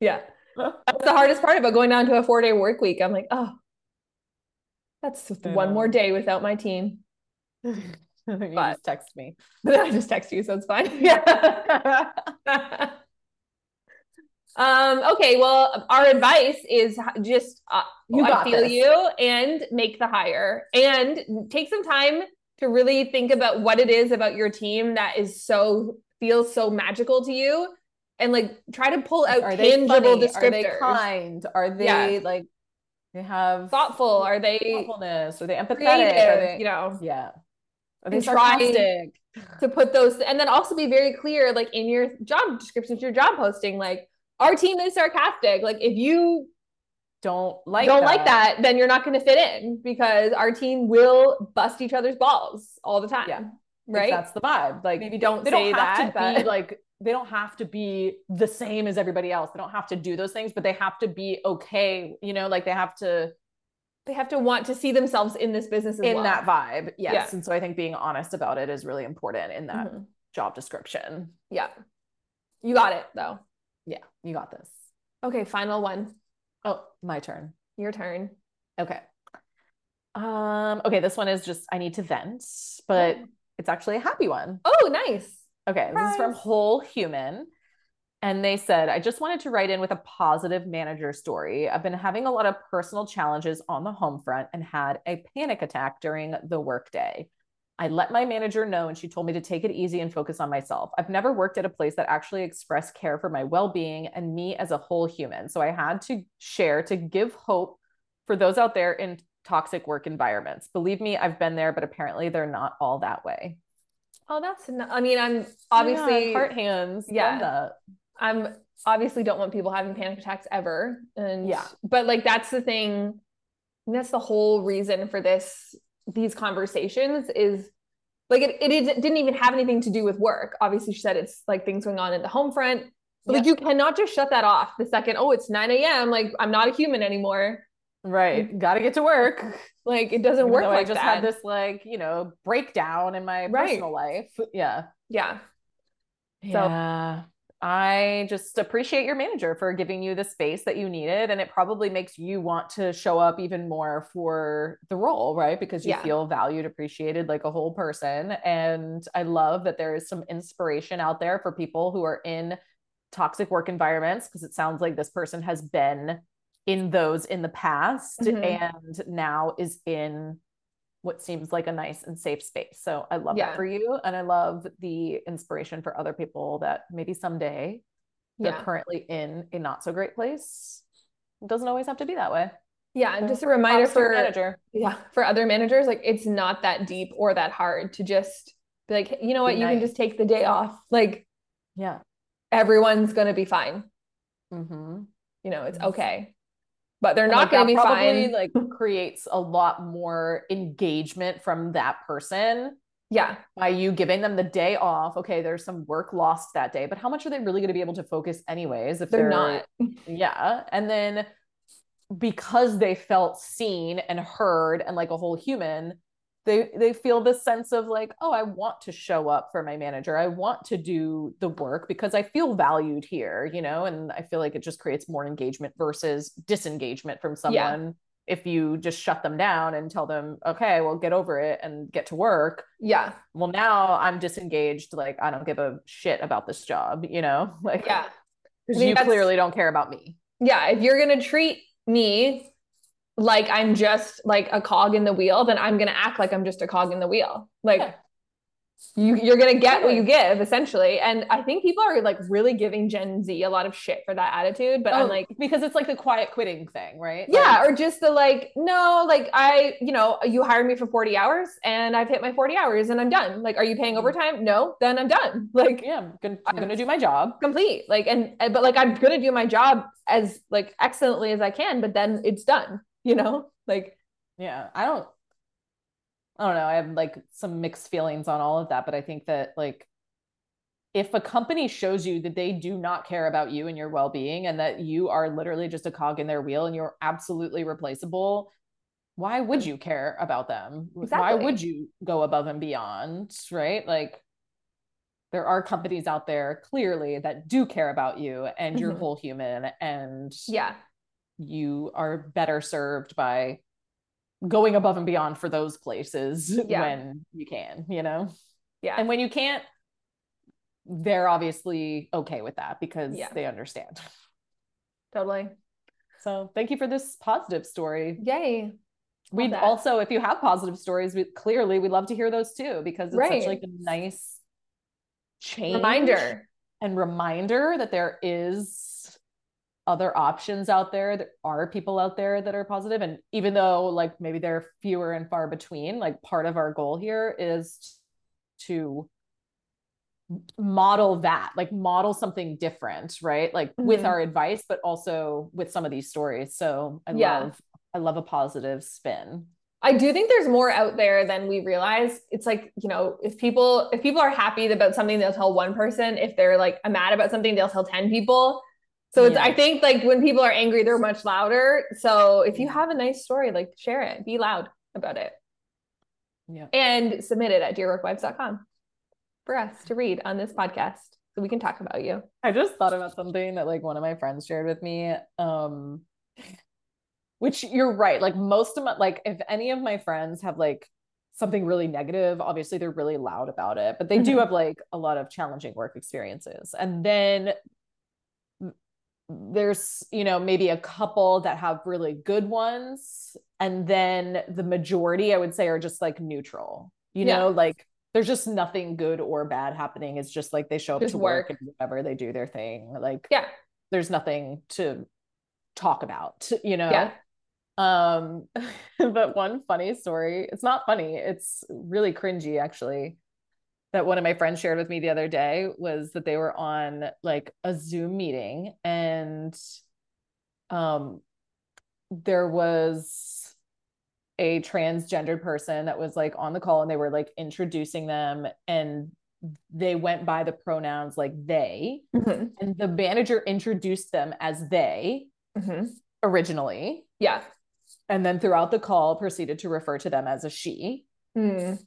Speaker 1: yeah.
Speaker 2: yeah that's the hardest part about going down to a four day work week i'm like oh that's just
Speaker 1: I
Speaker 2: one
Speaker 1: know.
Speaker 2: more day without my team
Speaker 1: you
Speaker 2: But-
Speaker 1: just text me.
Speaker 2: but then i just text you so it's fine yeah um okay well our advice is h- just uh,
Speaker 1: You
Speaker 2: I
Speaker 1: got
Speaker 2: feel
Speaker 1: this.
Speaker 2: you and make the hire and take some time to really think about what it is about your team that is so feels so magical to you and like try to pull out
Speaker 1: Are they
Speaker 2: tangible
Speaker 1: funny? Are they
Speaker 2: descriptors
Speaker 1: kind? Are they
Speaker 2: Yeah.
Speaker 1: like they have
Speaker 2: thoughtful are they
Speaker 1: thoughtfulness? Are they empathetic? Are
Speaker 2: creative
Speaker 1: they,
Speaker 2: you know
Speaker 1: yeah. Are they
Speaker 2: And try-
Speaker 1: sarcastic?
Speaker 2: to put those and then also be very clear like in your job descriptions your job posting like our team is sarcastic like if you
Speaker 1: Don't like
Speaker 2: don't like that, then you're not going to fit in because our team will bust each other's balls all the time.
Speaker 1: Yeah. Like,
Speaker 2: Right.
Speaker 1: That's the vibe. Like
Speaker 2: Maybe don't
Speaker 1: they
Speaker 2: say
Speaker 1: don't have
Speaker 2: that,
Speaker 1: to be
Speaker 2: but
Speaker 1: like they don't have to be the same as everybody else. They don't have to do those things, but they have to be okay, you know, like they have to
Speaker 2: they have to want to see themselves in this business as
Speaker 1: in
Speaker 2: well.
Speaker 1: that vibe. Yes. And so I think being honest about it is really important in that
Speaker 2: Mhm.
Speaker 1: job description.
Speaker 2: Yeah. You got it though.
Speaker 1: Yeah, you got this.
Speaker 2: Okay. Final one.
Speaker 1: Oh, my turn.
Speaker 2: Your turn.
Speaker 1: Okay. Um, okay, this one is just I need to vent, but it's actually a happy one.
Speaker 2: Oh, nice.
Speaker 1: Okay, this is from
Speaker 2: Surprise.
Speaker 1: Whole Human. And they said, I just wanted to write in with a positive manager story. I've been having a lot of personal challenges on the home front and had a panic attack during the workday. I let my manager know, and she told me to take it easy and focus on myself. I've never worked at a place that actually expressed care for my well being and me as a whole human. So I had to share to give hope for those out there in toxic work environments. Believe me, I've been there, but apparently they're not all that way.
Speaker 2: Oh, that's, n- I mean, I'm
Speaker 1: Yeah,
Speaker 2: obviously,
Speaker 1: heart hands. love
Speaker 2: Yeah.
Speaker 1: that.
Speaker 2: I'm obviously don't want people having panic attacks ever. And
Speaker 1: Yeah.
Speaker 2: but like that's the thing. and that's the whole reason for this these conversations is like it, it is- it didn't even have anything to do with work. Obviously, she said it's like things going on in the home front. But like you cannot just shut that off the second, oh, it's 9 a.m. Like I'm not a human anymore.
Speaker 1: Right. Got to Mm-hmm. get to work.
Speaker 2: Like it doesn't
Speaker 1: Even
Speaker 2: work
Speaker 1: though
Speaker 2: like
Speaker 1: I just
Speaker 2: that.
Speaker 1: had this like, you know, breakdown in my
Speaker 2: Right.
Speaker 1: personal life. Yeah.
Speaker 2: yeah.
Speaker 1: Yeah. I just appreciate your manager for giving you the space that you needed. And it probably makes you want to show up even more for the role, right? Because you
Speaker 2: Yeah.
Speaker 1: feel valued, appreciated like a whole person. And I love that there is some inspiration out there for people who are in toxic work environments, because it sounds like this person has been in those in the past
Speaker 2: Mhm.
Speaker 1: and now is in what seems like a nice and safe space. So I love
Speaker 2: Yeah.
Speaker 1: that for you. And I love the inspiration for other people that maybe someday they're
Speaker 2: Yeah.
Speaker 1: currently in a not so great place. It doesn't always have to be that way.
Speaker 2: Yeah. And
Speaker 1: So,
Speaker 2: just a reminder
Speaker 1: Props to your
Speaker 2: for
Speaker 1: manager.
Speaker 2: yeah for other managers like it's not that deep or that hard to just be like "Hey, you know what
Speaker 1: Be
Speaker 2: you can
Speaker 1: nice.
Speaker 2: just take the day off like
Speaker 1: Yeah.
Speaker 2: everyone's gonna be fine
Speaker 1: Mm-hmm.
Speaker 2: you know it's
Speaker 1: Yes.
Speaker 2: okay but they're not gonna be
Speaker 1: probably
Speaker 2: fine
Speaker 1: like creates a lot more engagement from that person
Speaker 2: yeah
Speaker 1: by you giving them the day off. Okay, there's some work lost that day, but how much are they really going to be able to focus anyways if
Speaker 2: they're not
Speaker 1: Yeah. And then because they felt seen and heard and like a whole human, they they feel this sense of like, oh, I want to show up for my manager. I want to do the work because I feel valued here, you know, and I feel like it just creates more engagement versus disengagement from someone if you just shut them down and tell them, okay, well, get over it and get to work.
Speaker 2: yeah
Speaker 1: Well, now I'm disengaged. Like, I don't give a shit about this job, you know? Like,
Speaker 2: yeah
Speaker 1: 'cause
Speaker 2: I
Speaker 1: you
Speaker 2: think that's-
Speaker 1: clearly don't care about me.
Speaker 2: yeah if you're gonna treat me like i'm just like a cog in the wheel then i'm gonna act like i'm just a cog in the wheel like
Speaker 1: Yeah.
Speaker 2: you you're gonna get what you give essentially and i think people are like really giving gen z a lot of shit for that attitude but
Speaker 1: Oh,
Speaker 2: i'm like
Speaker 1: because it's like the quiet quitting thing, right?
Speaker 2: yeah or just the like no like i you know you hired me for 40 hours and i've hit my 40 hours and i'm done like are you paying
Speaker 1: Mhm.
Speaker 2: overtime no then i'm done
Speaker 1: Like,
Speaker 2: like
Speaker 1: yeah, I'm gonna, I'm gonna do my job.
Speaker 2: complete like and and- but like i'm gonna do my job as like excellently as i can but then it's done you know like
Speaker 1: Yeah, I don't I don't know. I have like some mixed feelings on all of that, but I think that like if a company shows you that they do not care about you and your well-being and that you are literally just a cog in their wheel and you're absolutely replaceable, why would you care about them? Why
Speaker 2: Exactly.
Speaker 1: would you go above and beyond, right? Like there are companies out there clearly that do care about you and your
Speaker 2: Mhm.
Speaker 1: whole human and
Speaker 2: yeah
Speaker 1: you are better served by going above and beyond for those places
Speaker 2: Yeah.
Speaker 1: when you can, you know?
Speaker 2: Yeah.
Speaker 1: And when you can't, they're obviously okay with that because
Speaker 2: Yeah.
Speaker 1: they understand.
Speaker 2: totally
Speaker 1: So thank you for this positive story.
Speaker 2: yay
Speaker 1: We'd
Speaker 2: that.
Speaker 1: also, if you have positive stories, we clearly we'd love to hear those too because it's
Speaker 2: Right.
Speaker 1: such like a nice change
Speaker 2: reminder
Speaker 1: and reminder that there is other options out there there are people out there that are positive and even though like maybe they're fewer and far between like part of our goal here is to model that like model something different right like with
Speaker 2: Mhm.
Speaker 1: our advice but also with some of these stories so i
Speaker 2: Yeah.
Speaker 1: love i love a positive spin
Speaker 2: I do think there's more out there than we realize. It's like, you know, if people if people are happy about something, they'll tell one person. If they're like mad about something, they'll tell 10 people. So it's I
Speaker 1: Yeah.
Speaker 2: think like when people are angry, they're much louder. So if you
Speaker 1: Yeah.
Speaker 2: have a nice story, like share it, be loud about it.
Speaker 1: Yeah.
Speaker 2: And submit it at dearworkwives.com for us to read on this podcast so we can talk about you.
Speaker 1: I just thought about something that like one of my friends shared with me. Um which you're right. Like most of my like if any of my friends have like something really negative, obviously they're really loud about it, but they do
Speaker 2: Mhm.
Speaker 1: have like a lot of challenging work experiences. And then there's, you know, maybe a couple that have really good ones and then the majority I would say are just like neutral. You
Speaker 2: Yeah.
Speaker 1: know, like there's just nothing good or bad happening. It's just like they show up
Speaker 2: Just
Speaker 1: to work,
Speaker 2: work.
Speaker 1: and whatever they do their thing. Like
Speaker 2: Yeah.
Speaker 1: there's nothing to talk about, you know.
Speaker 2: Yeah.
Speaker 1: Um, but one funny story, it's not funny, it's really cringy actually. That one of my friends shared with me the other day was that they were on like a Zoom meeting and um there was a transgendered person that was like on the call and they were like introducing them and they went by the pronouns like they
Speaker 2: Mhm.
Speaker 1: and the manager introduced them as they
Speaker 2: Mhm.
Speaker 1: originally
Speaker 2: Yeah.
Speaker 1: and then throughout the call proceeded to refer to them as a she
Speaker 2: Mm.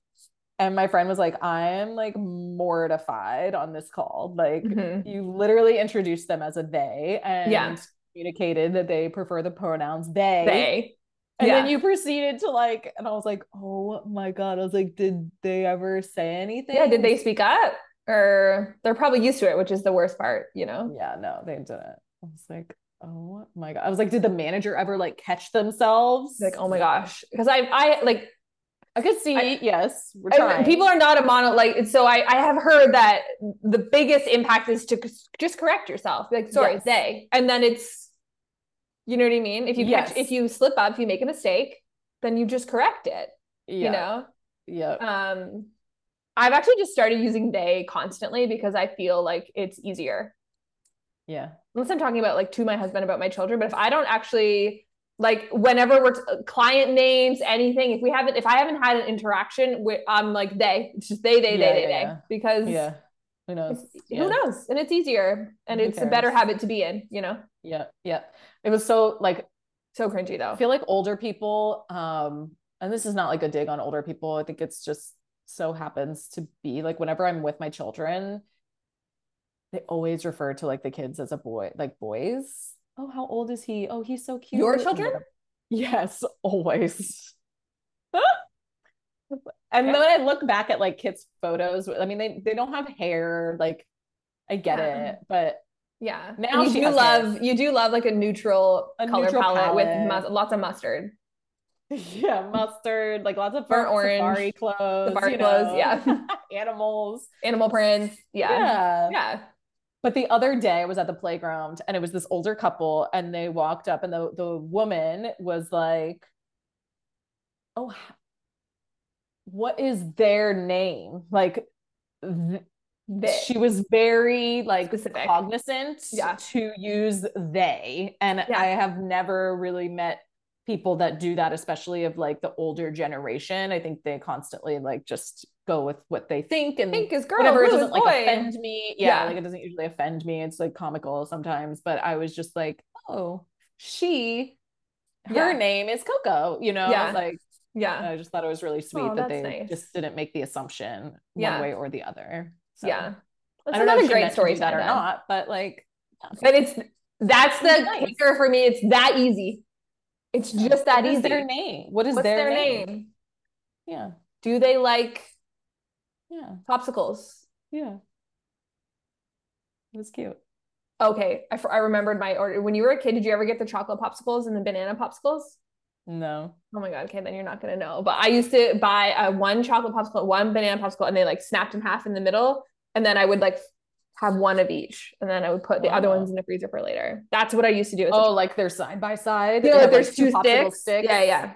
Speaker 1: and my friend was like i'm like mortified on this call like
Speaker 2: Mhm.
Speaker 1: you literally introduced them as a they and
Speaker 2: Yeah.
Speaker 1: communicated that they prefer the pronouns they,
Speaker 2: They.
Speaker 1: and then
Speaker 2: Yeah.
Speaker 1: you proceeded to like and i was like oh my god i was like did they ever say anything
Speaker 2: Yeah, did they speak up? Or they're probably used to it, which is the worst part, you know?
Speaker 1: Um, yeah no they didn't i was like oh my god i was like did the manager ever like catch themselves
Speaker 2: Like, oh my gosh. Because I I like
Speaker 1: i could see
Speaker 2: I-
Speaker 1: yes we're
Speaker 2: and
Speaker 1: trying.
Speaker 2: people are not a mono like so I, I have heard that the biggest impact is to c- just correct yourself. Be Like, sorry,
Speaker 1: Yes.
Speaker 2: they. And then it's you know what I mean? If you
Speaker 1: Yes.
Speaker 2: catch if you slip up, if you make a mistake, then you just correct it.
Speaker 1: yeah,
Speaker 2: You know?
Speaker 1: yeah
Speaker 2: Um I've actually just started using they constantly because I feel like it's easier.
Speaker 1: yeah
Speaker 2: unless I'm talking about like to my husband about my children, but if I don't actually like whenever we're t- client names, anything, if we haven't, if I haven't had an interaction with, I'm like they, it's just they,
Speaker 1: Yeah,
Speaker 2: they, they, they,
Speaker 1: yeah,
Speaker 2: they,
Speaker 1: yeah.
Speaker 2: because
Speaker 1: yeah who knows
Speaker 2: it's-
Speaker 1: Yeah.
Speaker 2: who knows? And it's easier and
Speaker 1: Who
Speaker 2: it's a better
Speaker 1: cares?
Speaker 2: habit to be in, you know?
Speaker 1: yeah yeah it was so like
Speaker 2: So cringy though.
Speaker 1: i feel like older people um and this is not like a dig on older people i think it's just so happens to be like whenever i'm with my children they always refer to like the kids as a boy like boys oh how old is he oh he's so cute
Speaker 2: Your
Speaker 1: And
Speaker 2: children?
Speaker 1: whatever. yes always and
Speaker 2: Okay.
Speaker 1: then when i look back at like kids photos i mean they they don't have hair like i get
Speaker 2: Yeah.
Speaker 1: it but
Speaker 2: yeah.
Speaker 1: Now
Speaker 2: And you
Speaker 1: she
Speaker 2: do
Speaker 1: has
Speaker 2: love,
Speaker 1: hair.
Speaker 2: you do love like a neutral
Speaker 1: A
Speaker 2: color
Speaker 1: neutral
Speaker 2: palette, with
Speaker 1: palette.
Speaker 2: mus- lots of mustard,
Speaker 1: Yeah, mustard, like lots of
Speaker 2: Burnt
Speaker 1: burnt safari
Speaker 2: orange,
Speaker 1: clothes.
Speaker 2: safari
Speaker 1: you
Speaker 2: clothes,
Speaker 1: know.
Speaker 2: yeah.
Speaker 1: animals.
Speaker 2: Animal Prince. Yeah.
Speaker 1: yeah.
Speaker 2: Yeah.
Speaker 1: But the other day I was at the playground and it was this older couple and they walked up and the the woman was like, "Oh, h- what is their name?" Like th-
Speaker 2: They-
Speaker 1: she was very like
Speaker 2: Specific.
Speaker 1: cognizant
Speaker 2: Yeah.
Speaker 1: to use they and
Speaker 2: Yeah.
Speaker 1: I have never really met people that do that especially of like the older generation. I think they constantly like just go with what they think and
Speaker 2: Pink is girl.
Speaker 1: whatever it
Speaker 2: blue is
Speaker 1: doesn't like
Speaker 2: boy.
Speaker 1: offend me yeah,
Speaker 2: Yeah.
Speaker 1: like it doesn't usually offend me it's like comical sometimes but i was just like oh she her
Speaker 2: Yeah.
Speaker 1: name is coco you know
Speaker 2: Yeah.
Speaker 1: I was like
Speaker 2: Yeah.
Speaker 1: i just thought it was really sweet
Speaker 2: Oh,
Speaker 1: that they
Speaker 2: that's nice.
Speaker 1: just didn't make the assumption one
Speaker 2: Yeah.
Speaker 1: way or the other so, i
Speaker 2: yeah. That's
Speaker 1: don't know
Speaker 2: another
Speaker 1: if she
Speaker 2: great
Speaker 1: meant to
Speaker 2: story
Speaker 1: do that or
Speaker 2: idea.
Speaker 1: not but like
Speaker 2: But it's that's the
Speaker 1: Nice.
Speaker 2: kicker for me. It's that easy. It's just that
Speaker 1: what
Speaker 2: easy.
Speaker 1: is their name what is
Speaker 2: What's
Speaker 1: their,
Speaker 2: their
Speaker 1: name?
Speaker 2: name?
Speaker 1: yeah
Speaker 2: Do they like
Speaker 1: yeah
Speaker 2: popsicles?
Speaker 1: yeah it was cute
Speaker 2: Okay, I, f- I remembered my order. When you were a kid, did you ever get the chocolate popsicles and the banana popsicles?
Speaker 1: no
Speaker 2: Oh my god, okay, then you're not gonna know. But I used to buy uh, one chocolate popsicle, one banana popsicle, and they like snapped in half in the middle, and then I would like have one of each, and then I would put the other
Speaker 1: Wow.
Speaker 2: ones in the freezer for later. That's what I used to do. as a
Speaker 1: oh
Speaker 2: child.
Speaker 1: like they're side by side
Speaker 2: You know,
Speaker 1: They have,
Speaker 2: like,
Speaker 1: like,
Speaker 2: there's two
Speaker 1: popsicle
Speaker 2: sticks. Yeah, yeah.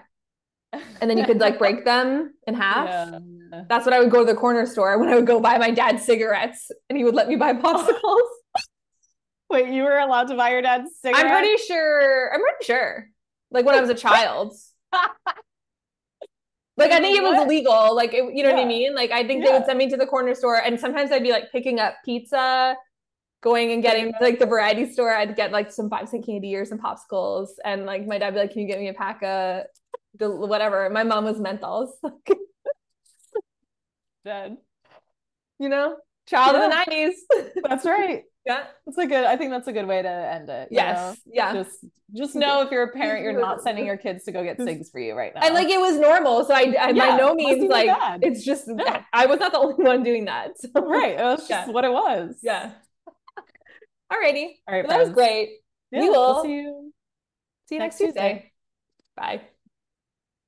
Speaker 2: And then you could like break them in half.
Speaker 1: Yeah.
Speaker 2: That's what I would go to the corner store when I would go buy my dad cigarettes, and he would let me
Speaker 1: Oh,
Speaker 2: buy popsicles.
Speaker 1: Wait, you were allowed to buy your dad's cigarette?
Speaker 2: I'm pretty sure. I'm pretty sure. Like when I was a child. like I think it was
Speaker 1: What?
Speaker 2: legal. Like it, you know what I
Speaker 1: Yeah.
Speaker 2: mean. Like I think they would
Speaker 1: Yeah.
Speaker 2: send me to the corner store, and sometimes I'd be like picking up pizza, going and getting like the variety store. I'd get like some five cent candy or some popsicles, and like my dad would be like, "Can you get me a pack of the whatever?" My mom was menthols.
Speaker 1: dead.
Speaker 2: you know, child
Speaker 1: Yeah.
Speaker 2: of the nineties.
Speaker 1: That's right.
Speaker 2: yeah.
Speaker 1: That's a good. I think that's a good way to end it. you
Speaker 2: Yes. Yeah.
Speaker 1: know? Just just know if you're a parent, you're not sending your kids to go get
Speaker 2: Just-
Speaker 1: cigs for you right now.
Speaker 2: and like it was normal. So I, I by
Speaker 1: Yeah,
Speaker 2: no
Speaker 1: must be
Speaker 2: means
Speaker 1: the
Speaker 2: like
Speaker 1: dad.
Speaker 2: it's just
Speaker 1: No.
Speaker 2: I was not the only one doing that. So,
Speaker 1: right, it was just
Speaker 2: Yeah.
Speaker 1: what it was.
Speaker 2: Yeah. Alrighty.
Speaker 1: All right,
Speaker 2: Well, that was
Speaker 1: friends.
Speaker 2: great.
Speaker 1: Yeah,
Speaker 2: we
Speaker 1: we'll
Speaker 2: will
Speaker 1: see you
Speaker 2: See you
Speaker 1: next
Speaker 2: next
Speaker 1: Tuesday.
Speaker 2: Tuesday. Bye.